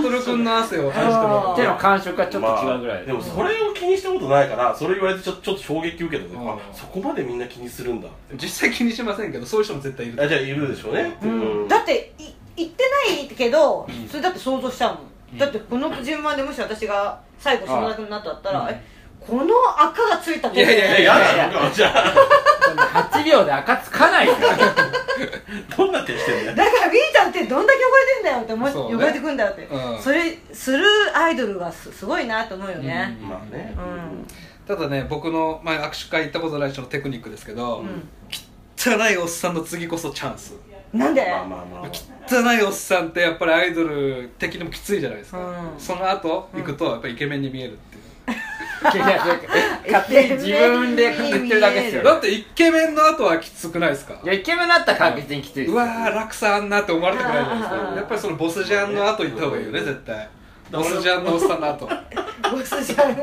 B: 悟君の汗を感じても
A: あ
D: 手
B: ら
D: の
B: う
D: 感触がちょっと違うぐらい
C: でもそれを気にしたことないからそれ言われてちょちょっと衝撃受けたね、
B: うん
C: あそこまでみんな気にするんだって
B: 実際気にしませんけどそういう人も絶対いる
C: あじゃあいるでしょうね、
A: うん
C: うん
A: だってい言ってないけどそれだって想像しちゃうもんだってこの順番でもし私が最後島田君になったった
B: あ
A: ら
B: ー
A: えこの赤がついた
B: いやいや
C: え
B: い
C: や
D: いや
C: だ
D: い
C: のじゃあ
D: 8秒で赤つかないから
C: どんな手してんだよ
A: だからみーちゃんってどんだけ汚れてんだよって思い
B: そうね
A: 汚れてくんだよって
B: うん
A: それするアイドルがすすごいなと思うよね
B: うん
C: まあね、
A: うん
B: ただね僕の前握手会行ったことない人のテクニックですけど、
A: うん
B: 汚いおっさんの次こそチャンス
A: なんで
C: まあまあまあ、まあ、
B: 汚いおっさんってやっぱりアイドル的にもきついじゃないですか、
A: うん
B: その後行くとやっぱりイケメンに見えるっていう、
D: いやいや勝手に自分で言ってるだけですよ
B: だってイケメンの後はきつくないですか
D: いやイケメンだったら確実にきついです
B: う
D: よ
B: わー落差あんなって思われたくないじゃないですか
A: あー
B: やっぱりそのボスジャンの後行った方がいいよね
C: うん
B: 絶対
C: ら
B: ボスジャンのおっさんの後
A: ボスじゃんボ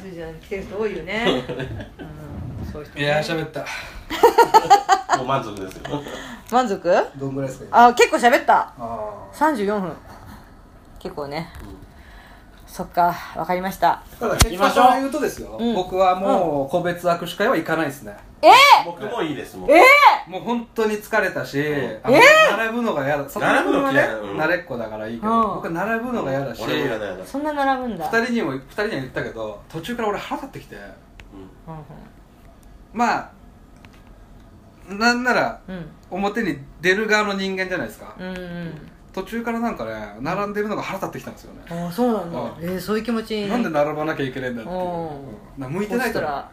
A: スじゃん来てる人多いよねうんそういう人
B: い
A: ね
B: やー喋った
C: もう満足ですよ
A: 満足
B: どんぐらいですか
A: あ結構喋った
B: あ
A: 34分結構ね、そっかわかりました
B: ただ結果から言うとですよ、
A: うん
B: 僕はもう個別握手会は行かないですね、
C: 僕もいいですもう
A: え
B: もう本当に疲れたし、あの並ぶのが嫌だ
C: 並ぶの嫌い
B: 悟君
C: うん
B: はね慣れっこだからいいけど、
A: うん
B: 僕は並ぶのが嫌だし、
C: 俺も嫌だよな、
A: そんな並ぶんだ
B: 二人にも二人には言ったけど途中から俺腹立ってきて
C: う
A: うん
B: まあなんなら
A: うん
B: 表に出る側の人間じゃないですか、
A: うんうん
B: 途中からなんかね並んでるのが腹立ってきたんですよね、
A: ああそうなんだ
B: うん
A: えーそういう気持ち
B: なんで並ばなきゃいけないんだっていう、
A: うん
B: うんな向いてないから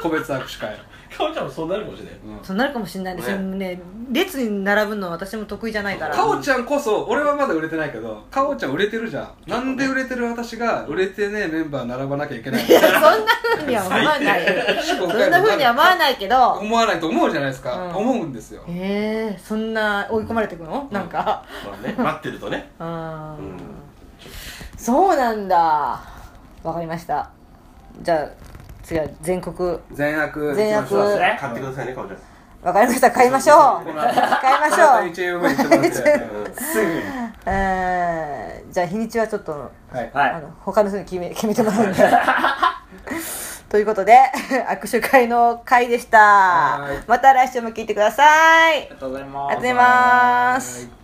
A: こ
B: 個別握手会
C: かおちゃんもそうなるかもしれない
B: うん
A: そうなるかもしれないですよね列に並ぶの私も得意じゃないから
B: かおちゃんこそ俺はまだ売れてないけどかおちゃん売れてるじゃんなんで売れてる私が売れてねえメンバー並ばなきゃいけない
A: いやそんなふうには思わない そんなふうには思わないけど
B: 思わないと思うじゃないですか、
A: うん
B: 思うんですよ
A: えー、そんな追い込まれてくの、なんか
C: まあね待ってるとね
A: あー
C: うん
A: そうなんだわかりましたじゃあ次は全国
B: 善悪
A: 善悪
B: 行きましょう
D: ね
C: 買ってくださいねかおちゃ
A: わかりました買いましょう
B: この後
A: 買いまし
B: 体
A: ょう
B: 一円分言ってもらって
C: ん うん
D: すぐに
A: えーじゃあ日にちはちょっと
B: はい
D: は
A: あ
D: い
A: の他の人に決め 決めてもら うんでということで 握手会の会でした
B: はーい
A: また来週も聞いてくださいあり
D: ありがとうございます
A: がとうございます
B: はい